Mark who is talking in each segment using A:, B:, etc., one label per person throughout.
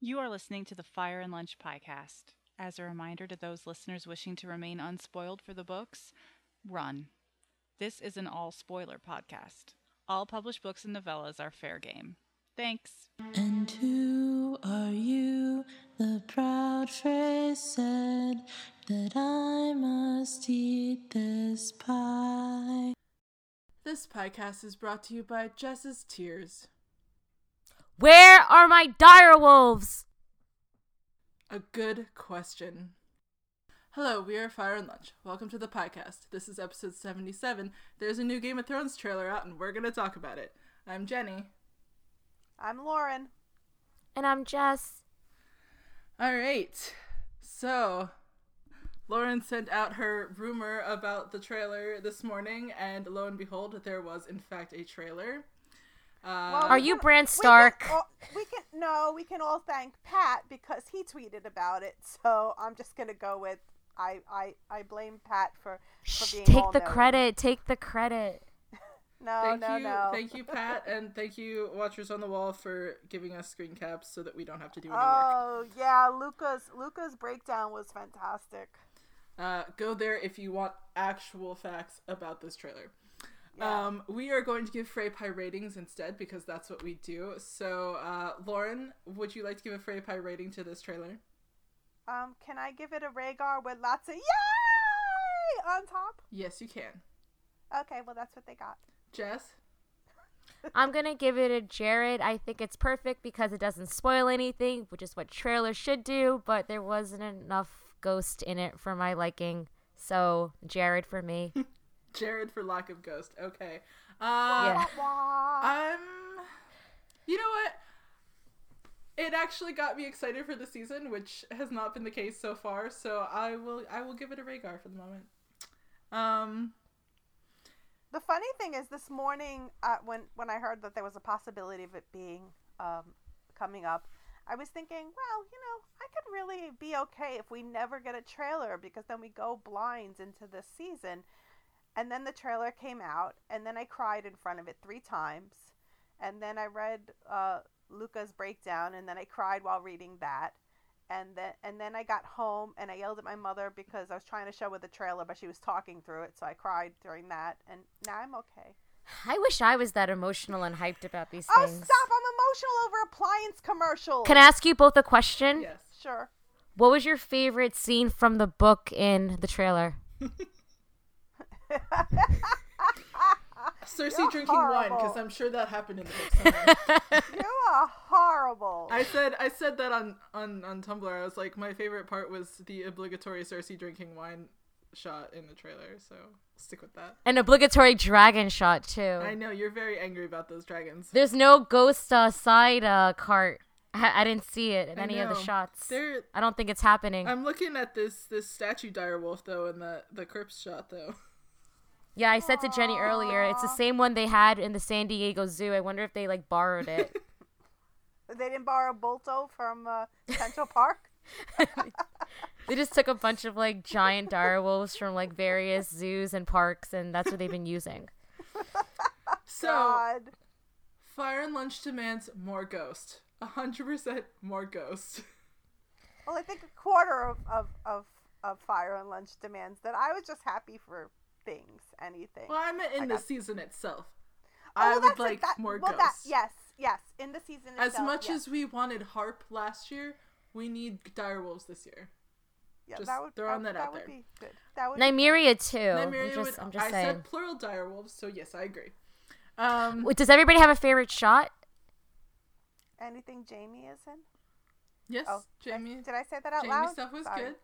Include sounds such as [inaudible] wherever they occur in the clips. A: You are listening to the Fire and Lunch podcast. As a reminder to those listeners wishing to remain unspoiled for the books, run. This is an all spoiler podcast. All published books and novellas are fair game. Thanks.
B: And who are you? The proud phrase said that I must eat this pie.
C: This podcast is brought to you by Jess's Tears.
D: Where are my dire wolves?
C: A good question. Hello, we are Fire and Lunch. Welcome to the podcast. This is episode 77. There's a new Game of Thrones trailer out, and we're going to talk about it. I'm Jenny.
E: I'm Lauren.
D: And I'm Jess.
C: All right. So, Lauren sent out her rumor about the trailer this morning, and lo and behold, there was, in fact, a trailer. Uh,
E: Well,
D: Are
E: we
D: you
E: can-
D: Bran
E: we can
D: Stark?
E: all- We can, no, we can all thank Pat because he tweeted about it. So I'm just gonna go with I I, I blame Pat for for
D: Shh,
E: being
D: take
E: all
D: the
E: knowing.
D: credit. Take the credit.
E: No,
C: thank
E: no,
C: you,
E: no.
C: thank you, Pat, and thank you, Watchers on the Wall, for giving us screen caps so that we don't have to do any work.
E: Oh yeah, Luca's Luca's breakdown was fantastic.
C: Uh, go there if you want actual facts about this trailer.
E: Yeah.
C: Um, we are going to give Frey Pie ratings instead because that's what we do. So, uh, Lauren, would you like to give a Frey Pie rating to this trailer?
E: Um, can I give it a Rhaegar with lots of yay on top?
C: Yes, you can.
E: Okay, well that's what they got.
C: Jess?
D: I'm gonna give it a Jared. I think it's perfect because it doesn't spoil anything, which is what trailers should do. But there wasn't enough ghost in it for my liking, so Jared for
E: [laughs]
D: me.
C: Jared for lack of ghost. Okay. Uh,
D: Yeah.
E: Wah.
C: I'm. You know what? It actually got me excited for the season, which has not been the case so far. So I will, I will give it a Rhaegar for the moment. Um,
E: The funny thing is, this morning uh, when when I heard that there was a possibility of it being um, coming up, I was thinking, well, you know, I could really be okay if we never get a trailer because then we go blinds into this season. And then the trailer came out, and then I cried in front of it three times, and then I read uh, Luca's breakdown, and then I cried while reading that. And then, and then I got home and I yelled at my mother because I was trying to show her the trailer, but she was talking through it, so I cried during that. And now I'm okay.
D: I wish I was that emotional and hyped about these
E: Oh,
D: things.
E: stop! I'm emotional over appliance commercials.
D: Can I ask you both a question?
C: yes.
E: Sure.
D: What was your favorite scene from the book in the trailer?
C: Cersei
E: You're
C: drinking wine because
E: horrible.
C: I'm sure that happened in the
D: [laughs]
C: book. somewhere.
E: You are horrible.
C: I said I said that on, on on Tumblr. I was like, my favorite part was the obligatory Cersei drinking wine shot in the trailer. So stick with that.
D: An obligatory dragon shot too.
C: I know you're very angry about those dragons.
D: There's no ghost uh, side uh, cart. I-, I didn't see it in
C: I
D: any of the
C: know. Um,
D: shots.
C: They're-
D: I don't think it's happening.
C: I'm looking at this this statue direwolf though, and the the crypt shot though. [laughs]
D: yeah, I said to Jenny earlier, it's the same one they had in the San Diego Zoo. I wonder if they like
C: [laughs]
D: borrowed it.
E: They didn't borrow Bolto from uh,
C: [laughs]
E: Central Park.
D: they just took a bunch of like giant direwolves from like various zoos and parks, and that's what they've
C: [laughs]
D: been using.
C: So
E: God.
C: fire and lunch demands more ghost. A hundred percent more
E: [laughs]
C: ghost.
E: Well, I think a quarter of, of, of, of Fire and Lunch demands that I was just happy for things, anything.
C: Well, I meant in
E: I
C: the
E: got-
C: season itself.
E: Oh, well,
C: I would
E: that's it.
C: like
E: That-
C: more
E: well,
C: ghosts.
E: that- yes, yes. In the season
C: As
E: itself,
C: much
E: yes.
C: as we wanted harp last year, we need direwolves this year.
E: yeah,
C: just
E: that would,
C: throwing that
E: that,
C: out
E: would
C: there.
E: be good. That would be
D: Nymeria too.
C: Nymeria
D: I'm just,
C: would-
D: I'm just
C: I
D: saying.
C: said plural direwolves, so yes, I agree. Um,
D: Wait, Does everybody have a favorite shot?
E: good. anything Jamie is in.
C: yes,
E: Oh, did I-
C: Jamie.
E: Did I say that out
C: Jamie
E: loud?
C: stuff was
E: Sorry.
C: good.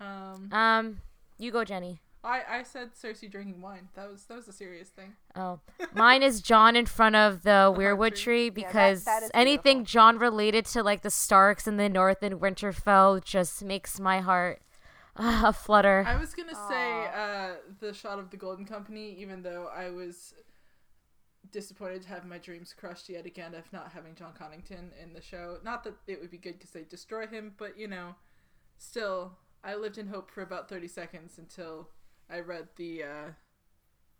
C: Um,
D: Um, you go, Jenny.
C: I I said Cersei drinking wine. That was that was a serious thing.
D: Oh, mine is John in front of
E: [laughs]
D: the weirwood tree
E: that-
D: because
E: that is
D: anything
E: beautiful.
D: John related to like the Starks and the North and Winterfell just makes my heart uh, flutter.
C: I was gonna say uh, the shot of the Golden Company, even though I was disappointed to have my dreams crushed yet again of not having John Connington in the show. Not that it would be good because they destroy him, but you know, still, I lived in hope for about thirty seconds until I read the uh,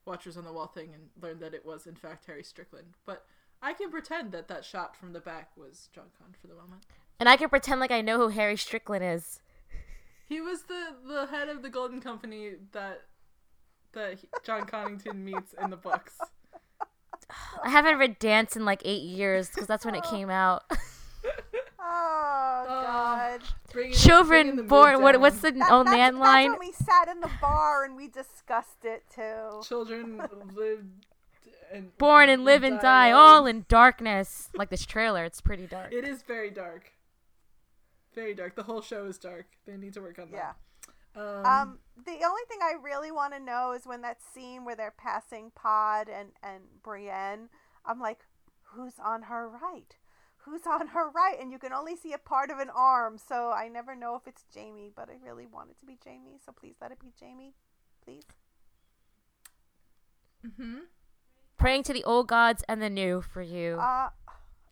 C: Watchers on the Wall thing and learned that it was in fact Harry Strickland. But I can pretend that that shot from the back was John Con for the moment.
D: And I can pretend like I know who Harry Strickland is.
C: He was the the head of the Golden Company that that he-
E: [laughs]
C: John Connington meets in the books.
D: I haven't read Dance in like eight years because that's when
E: [laughs]
D: it came out.
E: Oh, God.
C: Bringing- bringing the
D: [laughs] Children
C: mood
D: born. What,
C: down.
D: what's the
E: That-
D: old
E: that's,
D: man
E: that's
D: line?
E: when we sat in the bar and we discussed it too.
C: children lived and
D: Born and live and die, all in darkness. Like this trailer, it's pretty dark.
C: It is very dark. Very dark. The whole show is dark. They need to work on
E: Yeah.
C: that. Um,
E: Um, the only thing I really want to know is when that scene where they're passing Pod and and Brienne, I'm like, who's on her right? Who's on her right? And you can only see a part of an arm, so I never know if it's Jamie. But I really want it to be Jamie, so please let it be Jamie, please.
D: Praying to the old gods and the new for you.
E: Uh,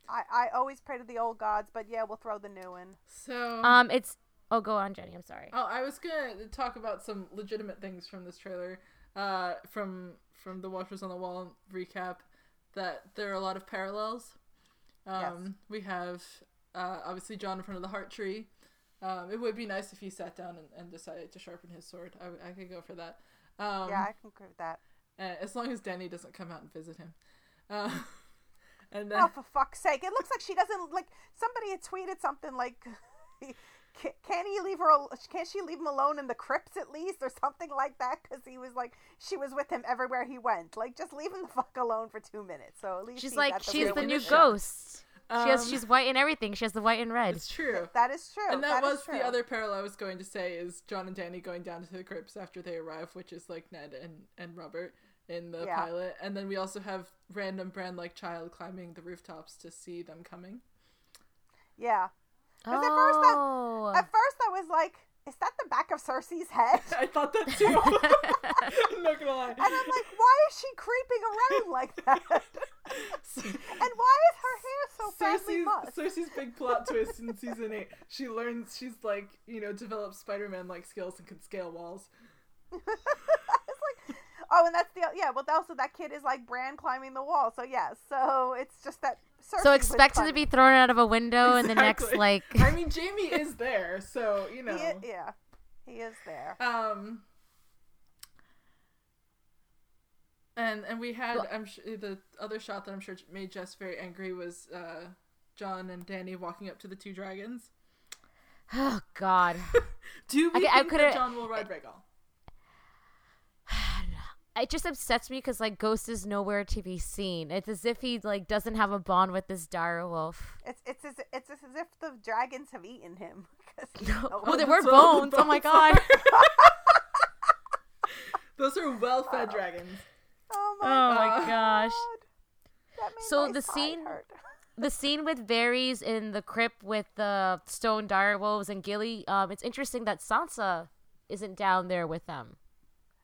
E: I I always pray to the old gods, but yeah, we'll throw the new in.
C: so
D: Um, it's. Oh, go on, Jenny. I'm sorry.
C: Oh, I was gonna talk about some legitimate things from this trailer, uh, from from the Watchers on the Wall recap. That there are a lot of parallels. Um, We have uh, obviously John in front of the heart tree. Um, it would be nice if he sat down and, and decided to sharpen his sword. I, I could go for that. Um,
E: Yeah, I can agree with that.
C: uh, as long as Danny doesn't come out and visit him. Uh, [laughs] and then
E: [laughs] Oh, for fuck's sake! It looks like she doesn't like. Somebody had tweeted something like, [laughs] "Can can he leave her? al- Can she leave him alone in the crypts at least, or something like that?" Because he was like, she was with him everywhere he went. Like, just leave him the fuck alone for two minutes. So at least [laughs]
D: She's
E: he
D: like,
E: got the
D: she's
E: real
D: the new
E: initiative.
D: ghost. she has,
C: Um,
D: she's white and everything. She has the white and red.
C: it's true.
E: That is true.
C: and that,
E: is
C: was
E: true.
C: the other parallel I was going to say is John and Danny going down to the crypts after they arrive, which is like Ned and and Robert in the
E: Yeah.
C: pilot, and then we also have random brand like child climbing the rooftops to see them coming. [laughs]
E: Yeah. Because at first I-
C: Uh.
D: Oh.
E: At first, I was like, "Is that the back of Cersei's
C: [laughs]
E: head?"
C: I thought that too. I'm not gonna lie.
E: And I'm like, "Why is she creeping around like that? [laughs] And why is her hair so badly
C: Cersei's,
E: mussed?"
C: Cersei's big plot twist in season eight. She learns she's like you know develops Spider Man like skills and can scale walls.
E: it's like, oh, and that's the yeah. Well, also that kid is like Bran climbing the wall. So yeah, so it's just that. Cersei
D: so
E: was
D: expected to be
E: climbing.
D: thrown out of a window Oh, in the next
C: Exactly. [laughs]
D: like.
C: I mean, Jamie is there, so you know.
E: He i- yeah, he is there.
C: Um, and and we had I'm sh- the other shot that I'm sure made Jess very angry was uh, John and Danny walking up to the two dragons.
D: Oh
C: [laughs]
D: God.
C: Do we
D: Okay, I
C: think that
D: could've-
C: John will ride Rhaegal?
D: it just upsets me because like ghost is nowhere to be seen it's as if he like doesn't have a bond with this dire wolf
E: It's it's as, it's as if the dragons have eaten him. [laughs] 'cause he's nowhere.
D: oh there were
C: that's all the
D: bones oh my
C: bones [laughs]
D: god
C: Those are
E: Uh,
C: well-fed dragons.
E: oh
D: oh
E: my
D: my
C: Uh,
D: gosh
E: That made
D: So
E: my
D: the
E: side
D: scene-
E: hurt. [laughs]
D: the scene with Varys in the crypt with the stone dire wolves and gilly um it's interesting that sansa isn't down there with them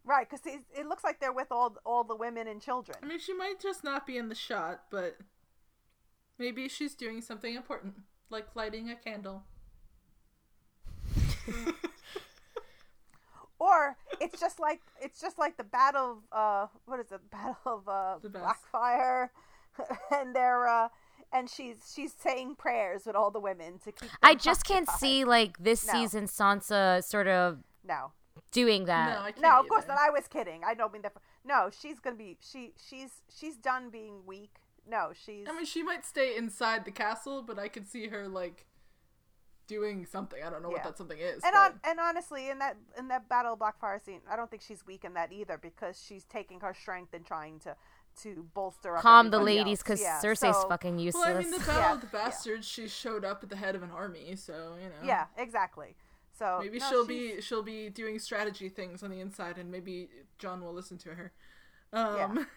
E: Right, because it looks like they're with all all the women and children.
C: I mean, she might just not be in the shot, but maybe she's doing something important, like lighting a candle.
E: or it's just like it's just like the battle of uh what is it [laughs] battle of uh
C: The best.
E: blackfire [laughs] and they're uh and she's she's saying prayers with all the women to keep them
D: i just can't
E: occupied.
D: see like this
E: No.
D: season sansa sort of
E: no
D: doing
C: no,
D: that
C: I can't
E: Uh, no of course
C: either.
E: not i was kidding i don't mean that for, no she's gonna be she she's she's done being weak no she's
C: I mean, she might stay inside the castle, but I could see her like doing something. I don't know what
E: Yeah.
C: that something is.
E: and
C: but-
E: on and honestly in that in that battle of blackfire scene i don't think she's weak in that either because she's taking her strength and trying to to bolster up
D: calm the
E: everybody
D: ladies
E: else.
D: because
E: Yeah,
D: cersei's
E: so-
D: fucking useless
C: well, I mean, the Battle
E: [laughs] Yeah,
C: of the
E: yeah.
C: Bastards. She showed up at the head of an army, so you know.
E: yeah exactly
C: Oh.
E: so
C: Maybe
E: no,
C: she'll
E: she's-
C: be she'll be doing strategy things on the inside, and maybe John will listen to her. Um,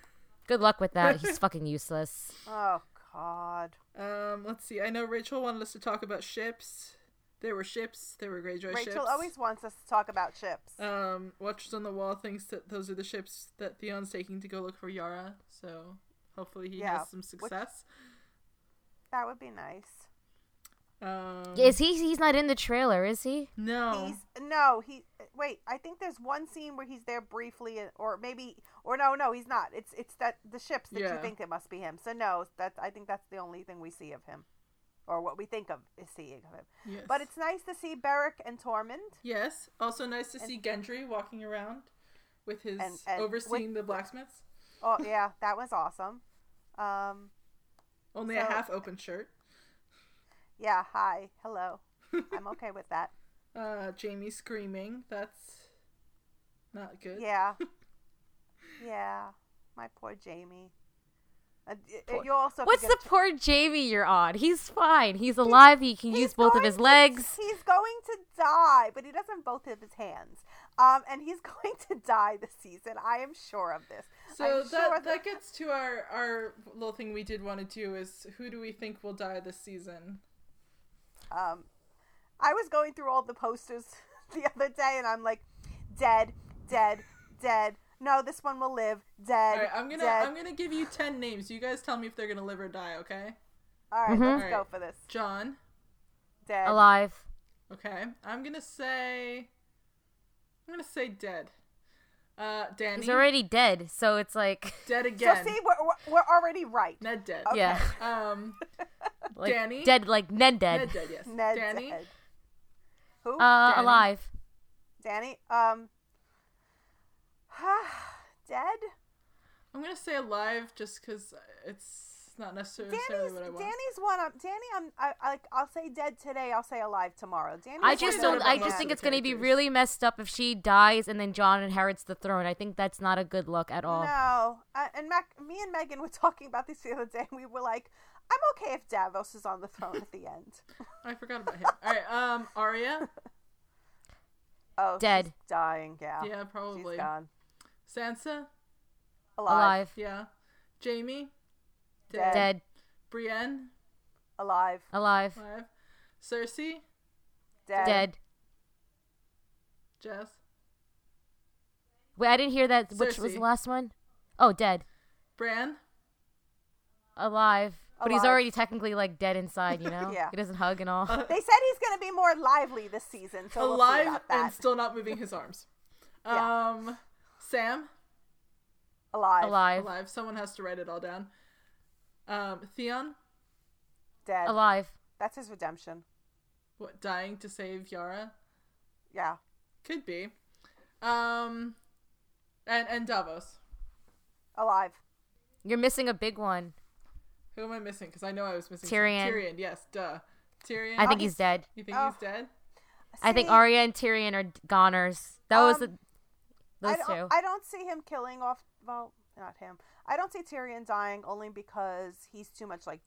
D: good luck with that
C: [laughs]
D: he's fucking useless
E: Oh God.
C: um, let's see. I know Rachel wanted us to talk about ships. There were ships. There were Greyjoy
E: Rachel
C: ships.
E: always wants us to talk about ships.
C: Um, Watchers on the Wall thinks that those are the ships that Theon's taking to go look for Yara. So hopefully he
E: Yeah,
C: has some
E: which-
C: success.
E: that would be nice.
C: Um,
E: Mm.
D: Is he? He's not in the trailer, is he?
C: No.
E: He's no, he wait. I think there's one scene where he's there briefly, or maybe, or no, no, he's not. It's it's that the ships that
C: Yeah.
E: you think it must be him. So no, that's I think that's the only thing we see of him, or what we think of is seeing of him.
C: Yes.
E: But it's nice to see Beric and Tormund.
C: yes. Also nice to see Gendry walking around with his
E: And- and
C: overseeing
E: with-
C: the blacksmiths.
E: Oh yeah, that was awesome. Um,
C: Only a
E: So-
C: half open shirt.
E: yeah, hi,
C: [laughs]
E: hello. I'm okay with that.
C: Uh, Jamie screaming. That's not good.
E: Yeah,
C: [laughs]
E: yeah. My poor Jamie. Uh, y-
D: Poor-
E: You also
D: What's the
E: forget to-
D: poor Jamie you're on? He's fine. He's alive. He can
E: He's
D: use both of
E: going
D: his
E: to-
D: legs.
E: he's going to die, but he doesn't both of his hands. Um, and he's [laughs] going to die this season. I am sure of this.
C: So that,
E: I'm sure
C: that gets to our our little thing we did want to do is who do we think will die this season?
E: Um, I was going through all the posters [laughs] the other day, and I'm like, dead, dead, dead. No, this one will live. Dead.
C: All right, I'm gonna
E: dead.
C: I'm gonna give you ten names. You guys tell me if they're gonna live or die. Okay,
E: All right, let's
C: Mm-hmm. All
E: go
C: right.
E: for this.
C: John.
E: Dead.
D: Alive.
C: Okay, I'm gonna say I'm gonna say dead. Uh, Danny.
D: He's already dead, so it's like,
C: [laughs] dead
E: So
C: again.
E: see, we're, we're- we're already right.
C: Ned dead.
D: yeah,
C: Um,
D: like
C: Danny?
D: dead, like
C: Ned
D: Ned dead.
C: dead. Yes.
E: Ned
C: Danny.
E: dead. Who?
D: Uh,
C: Danny.
D: alive.
E: Danny. Um. [sighs] dead.
C: I'm gonna say alive just because it's not necessarily
E: Danny's
C: what I want.
E: Danny's one. i Danny, I'm I, I like. I'll say dead today. I'll say alive tomorrow. Danny,
D: I
C: That's
D: just
C: what
D: don't.
C: about
D: I
C: most
D: just
C: of
D: think
C: the
D: it's gonna be
C: characters.
D: really messed up if she dies and then John inherits the throne. I think that's not a good look at all.
E: no. I, and Mac, me and Megan were [laughs] talking about this the other day, and we were like, "I'm okay if Davos is on the throne at
D: [laughs]
E: the end."
C: I forgot about him. All right. Um, Arya.
E: Oh,
D: Dead.
E: she's dying. [laughs] Yeah,
C: Yeah,
E: she's
C: probably.
E: gone.
C: Sansa.
E: Alive,
D: Alive.
C: Yeah. Jamie.
E: Dead.
D: Dead.
C: Brienne.
E: alive,
D: Alive.
C: Alive. Cersei.
E: dead.
D: Dead.
C: Jess.
D: Wait, I didn't hear that. Which was
C: Cersei.
D: the last one? Oh, dead.
C: Bran.
D: Alive. But he's
E: Alive.
D: already technically like dead inside, you know?
E: [laughs] Yeah.
D: He doesn't hug and all.
E: They said he's going to be more lively this season, so we'll see
C: alive
E: about that.
C: and still not moving his arms.
E: [laughs] Yeah.
C: Um, Sam.
D: [laughs] alive.
E: alive,
D: Alive.
C: Alive. Someone has to write it all down. Um, Theon.
E: dead.
D: Alive.
E: That's his redemption.
C: What? Dying to save Yara.
E: Yeah,
C: Could be. Um, and and Davos.
E: alive.
D: You're missing a big one.
C: Who am I missing? Because I know I was missing some-
D: Tyrion.
C: Tyrion. Yes. Duh. Tyrion.
D: I think he's dead.
C: You think
E: Oh.
C: he's dead?
D: I think
E: See,
D: Arya and Tyrion are goners. That was the,
E: Um,
D: those
E: I don't,
D: two.
E: I don't see him killing off. Well, not him. I don't see Tyrion dying only because he's too much like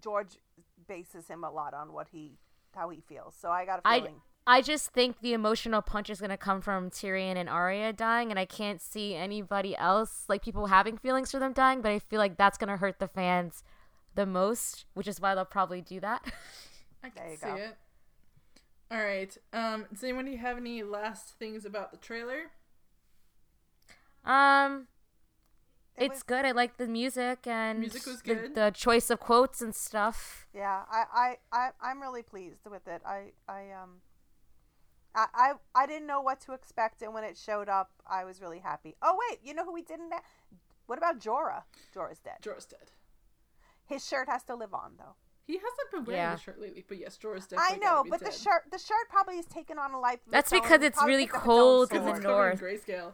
E: George bases him a lot on what he how he feels. So I got a
D: I,
E: feeling.
D: I just think the emotional punch is going to come from Tyrion and Arya dying, and I can't see anybody else, like people having feelings for them dying, but I feel like that's going to hurt the fans the most, which is why they'll probably do that. [laughs]
C: I can
E: There you
C: see
E: go.
C: it. All right. Um, does anybody have any last things about the trailer?
D: um,
E: It
D: it's
E: was-
D: good. I like the music and
C: Music was
D: the-
C: good.
D: The, choice of quotes and stuff.
E: Yeah, I, I, I I'm really pleased with it. I I um. I, I, I didn't know what to expect, and when it showed up, I was really happy. Oh wait, you know who we didn't? a- What about Jorah? Jorah's dead.
C: Jorah's dead.
E: His shirt has to live on, though.
C: He hasn't been wearing
D: Yeah.
C: a shirt lately, but yes, Jorah's dead.
E: I know, but the shirt the shirt probably is taken on a life. of
D: That's
E: its own.
D: because it's
E: probably
D: really
E: picked up its own
D: cold in
E: sword.
D: the
C: it's
D: north.
C: covered in grayscale.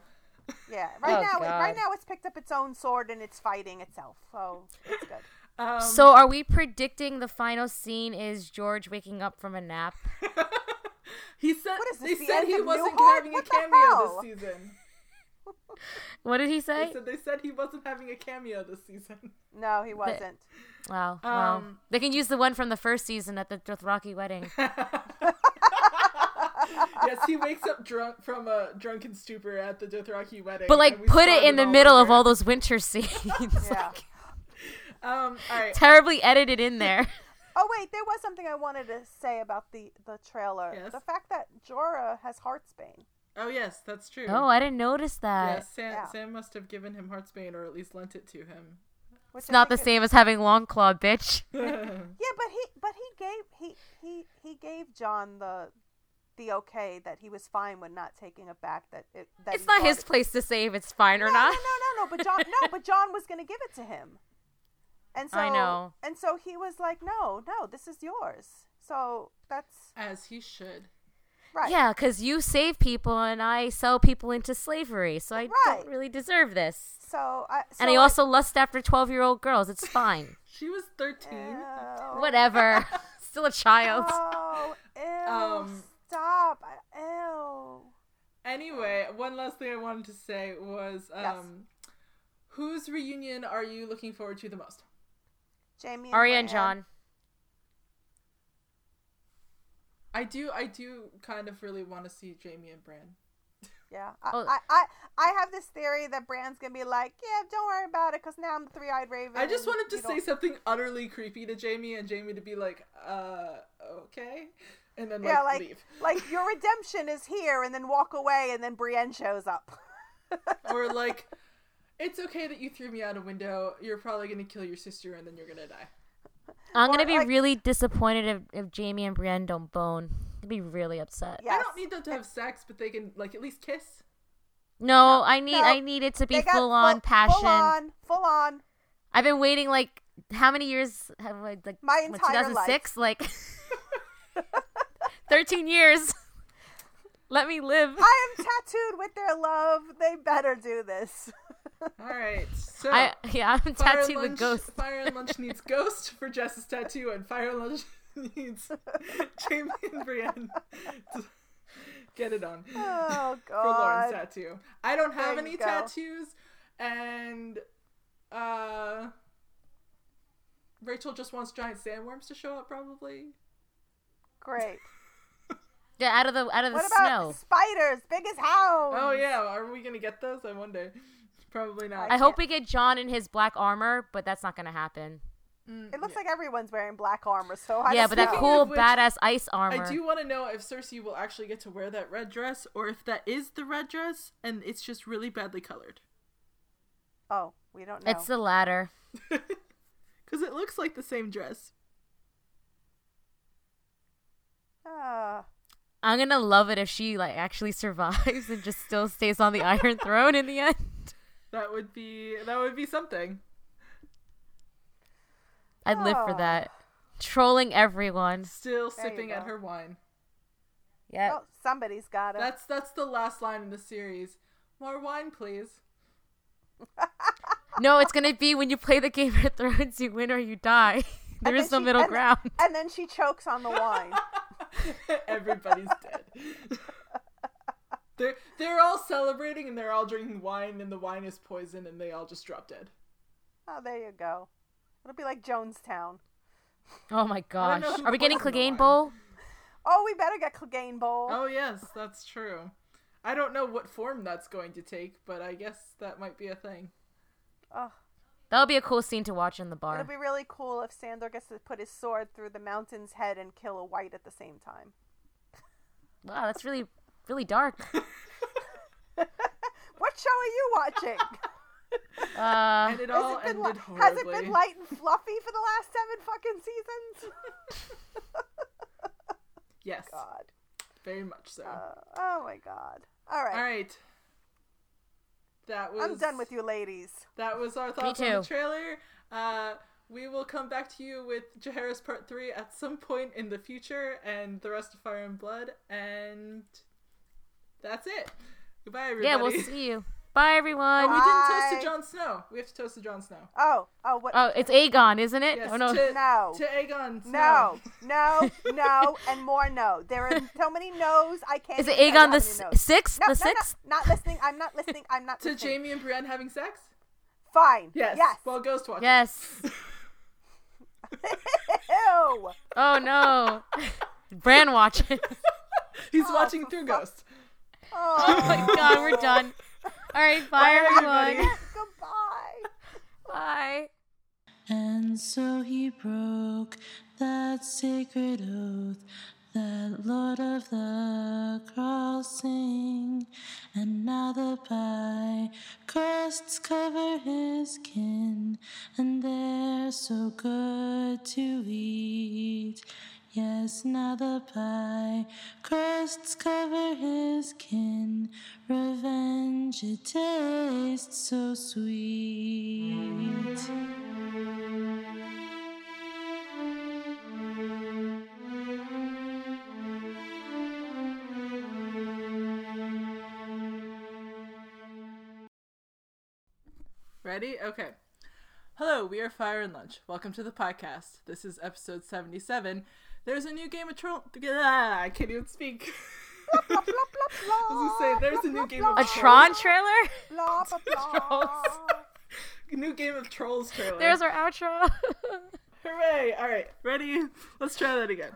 E: Yeah, right
D: Oh,
E: now, it, right
D: God.
E: now it's picked up its own sword and it's fighting itself. So it's good.
C: Um,
D: so, are we predicting the final scene is George waking up from a nap?
C: he said
E: What is
C: they
E: this, the
C: said
E: end
C: he
E: of
C: wasn't
E: Newhart?
C: having a
E: What the
C: cameo
E: hell?
C: this season.
D: What did he
C: They
D: say?
C: said they said he wasn't having a cameo this season.
E: No, he wasn't.
D: [laughs] Wow. wow.
C: Um,
D: They can use the one from the first season at the Dothraki wedding.
C: yes, he wakes up drunk from a drunken stupor at the Dothraki wedding.
D: But
C: and
D: like
C: we
D: put it
C: started
D: in the middle of
C: over.
D: all those winter [laughs] scenes.
E: Yeah.
D: Like,
C: Um, all right.
D: terribly edited in there.
E: Oh wait, there was something I wanted to say about the the trailer.
C: Yes?
E: The fact that Jorah has Heartsbane.
C: Oh yes, that's
D: [laughs]
C: true.
D: Oh, I didn't notice that.
C: Yes, Sam,
E: Yeah.
C: Sam must have given him Heartsbane or at least lent it to him.
E: Which
D: It's
E: I
D: not the
E: think is-
D: same as having long claw, bitch.
E: Yeah, but he but he gave he he he gave John the the okay that he was fine with not taking it back. That it
D: [laughs]
E: that
D: It's
E: he
D: not
E: thought
D: his
E: it-
D: place to say if it's fine or
E: no,
D: not.
E: No, no, no, no. But John, no, but John was going to give it to him. And so
D: I know.
E: And so he was like, "No, no, this is yours." So that's
C: As he should.
E: right.
D: Yeah, because you save people and I sell people into slavery, so I
E: Right.
D: don't really deserve this.
E: So I so
D: and I also lust after 12 year old girls. It's
E: [laughs]
D: fine.
C: She was 13.
E: Ew.
D: Whatever. [laughs] Still a child.
E: Oh, ew.
C: Um,
E: stop. I- Ew.
C: Anyway, one last thing I wanted to say was um,
E: Yes.
C: whose reunion are you looking forward to the most?
E: Jamie and
D: Arya and
E: Bran.
D: John.
C: I do I do kind of really want to see Jamie and Bran.
E: Yeah. I,
D: Oh.
E: I, I I have this theory that Bran's going to be like, "Yeah, don't worry about it cuz now I'm the three-eyed raven."
C: I just
E: and
C: wanted
E: you
C: to say
E: don't-"
C: something utterly creepy to Jamie and Jamie to be like, uh, okay. And then like,
E: Yeah, like
C: leave.
E: like your redemption is here and then walk away and then Brienne shows up.
C: [laughs]
E: [laughs]
C: or like it's okay that you threw me out a window. You're probably gonna kill your sister and then you're gonna die.
D: I'm
E: Or,
D: going to be
E: like-
D: really disappointed if, if Jamie and Brienne don't bone. I'd be really upset.
E: Yes.
C: I don't need them to have sex, but they can like at least kiss.
D: No, I need
E: no.
D: I need it to be
E: They got
D: full on
E: full-
D: passion.
E: Full on, full on.
D: I've been waiting like how many years? Have I, like
E: My
D: what,
E: entire
D: 2006,
E: [laughs]
D: like [laughs] 13 years. [laughs] Let me live.
E: I am tattooed with their love. They better do this. [laughs]
C: All right, so.
D: I yeah,
C: Fire
D: I'm tattooed
C: lunch,
D: with ghosts.
C: Fire and lunch
E: [laughs]
C: needs ghost for Jess's tattoo, and fire and lunch [laughs]
E: [laughs]
C: needs Jamie and Brienne. To get it
E: [laughs]
C: on
D: [laughs]
E: Oh
C: for Lauren's
D: uh,
E: god.
C: tattoo. I don't have
E: There you
C: any
E: go.
C: tattoos, and uh, Rachel just wants giant sandworms to show up, probably.
E: Great.
D: Yeah, out of the [laughs] out of the
E: What about
D: snow.
E: spiders big as how?
C: Oh yeah, are we gonna get those? I wonder. [laughs] Probably not.
D: I hope we get John in his black armor, but that's not gonna happen.
E: It looks like everyone's wearing black armor, so Oh, I
D: yeah,
E: don't
D: but that
E: know.
C: Speaking
D: cool
C: of [laughs] which,
D: badass ice
C: I
D: armor.
C: do want to know if Cersei will actually get to wear that red dress, or if that is the red dress and it's just really badly colored.
E: Oh, we don't know.
D: It's the latter.
C: Because it looks like the same dress.
E: Ah.
D: I'm gonna love it if she like actually [laughs] survives and just still stays on the Iron Throne in the end.
C: That would be that would be something.
D: I'd live for
E: Oh.
D: that. Trolling everyone.
C: Still
E: There you
C: sipping at
E: go.
C: her wine.
D: Yeah.
E: well, somebody's got it.
C: That's that's the last line in the series. More wine, please.
D: No, it's gonna be when you play the Game of Thrones, you win or you die. [laughs]
E: And
D: there is no
E: then she-
D: middle
E: and-
D: ground.
E: [laughs] And then she chokes on the
D: [laughs]
E: wine.
C: Everybody's dead. they're they're all celebrating and they're all drinking wine and the wine is poison and they all just drop dead.
E: oh, there you go. It'll be like Jonestown.
D: Oh my
C: don't
D: gosh.
C: know who
D: Are we getting
C: poisoned the
D: Clegane
C: wine.
D: Bowl?
E: Oh, we better get Clegane Bowl.
C: Oh yes, that's true. I don't know what form that's going to take, but I guess that might be a thing.
E: Ugh.
D: That'll be a cool scene to watch in the bar.
E: It'll be really cool if Sandor gets to put his sword through the mountain's head and kill a white at the same time.
D: Wow, that's really really dark. Uh,
E: What show are you watching?
D: Uh,
C: Oh, And it
E: Has
C: all
E: it been
C: ended
E: li- has
C: horribly.
E: it been light and fluffy for the last seven fucking seasons?
C: yes,
E: God.
C: very much so.
E: Uh, oh my God. All right.
C: all right, that was.
E: I'm done with you, ladies.
C: That was our thoughts
D: Me
C: on the
D: too.
C: trailer. Uh, we will come back to you with Jaharis Part 3 at some point in the future and the rest of Fire and Blood. And that's it. Goodbye, everybody.
D: yeah, we'll see you. Bye everyone.
C: [laughs] Oh, we didn't toast
E: Bye.
C: to Jon Snow. We have to toast to Jon Snow.
E: Oh, oh, what?
D: Oh, it's Aegon, isn't it?
C: Yes,
D: oh no.
C: to,
E: No.
C: to Aegon Snow.
E: No, no, no, and more no. There are so many no's. I can't.
D: Is it Aegon
E: even tell you
D: the
E: how many
D: s-
E: no's.
D: sixth?
E: No,
D: the
E: no, no,
D: sixth?
E: not listening. I'm not listening. I'm
C: [laughs]
E: not
C: To
E: listening.
C: Jamie and Brienne having sex?
E: Fine.
C: Yes.
E: Yes.
C: Well, Ghost Watch.
D: Yes.
E: Ew.
D: Oh no. [laughs] Bran watching.
C: He's watching through Ghost.
E: Oh,
D: [laughs] oh my god, we're done. All right, bye everyone.
E: [laughs] goodbye.
D: Bye.
B: And so he broke that sacred oath the Lord of the Crossing, and now the pie crests cover his kin, and they're so good to eat. Yes, now the pie crests cover his kin. Revenge, it tastes so sweet.
C: Ready? Okay. Hello, we are Fire and Lunch. Welcome to the podcast. This is episode 77. There's a new Game of Thrones. I can't even speak. [laughs]
E: Blah, blah, blah,
C: I was gonna say, there's a
E: blah,
C: new Game
E: blah,
D: A
C: of
D: Tron trailer?
E: Blah, [laughs] blah, blah.
C: new Game of Trolls trailer.
D: There's our outro. [laughs]
C: Hooray! All right, ready? Let's try that again.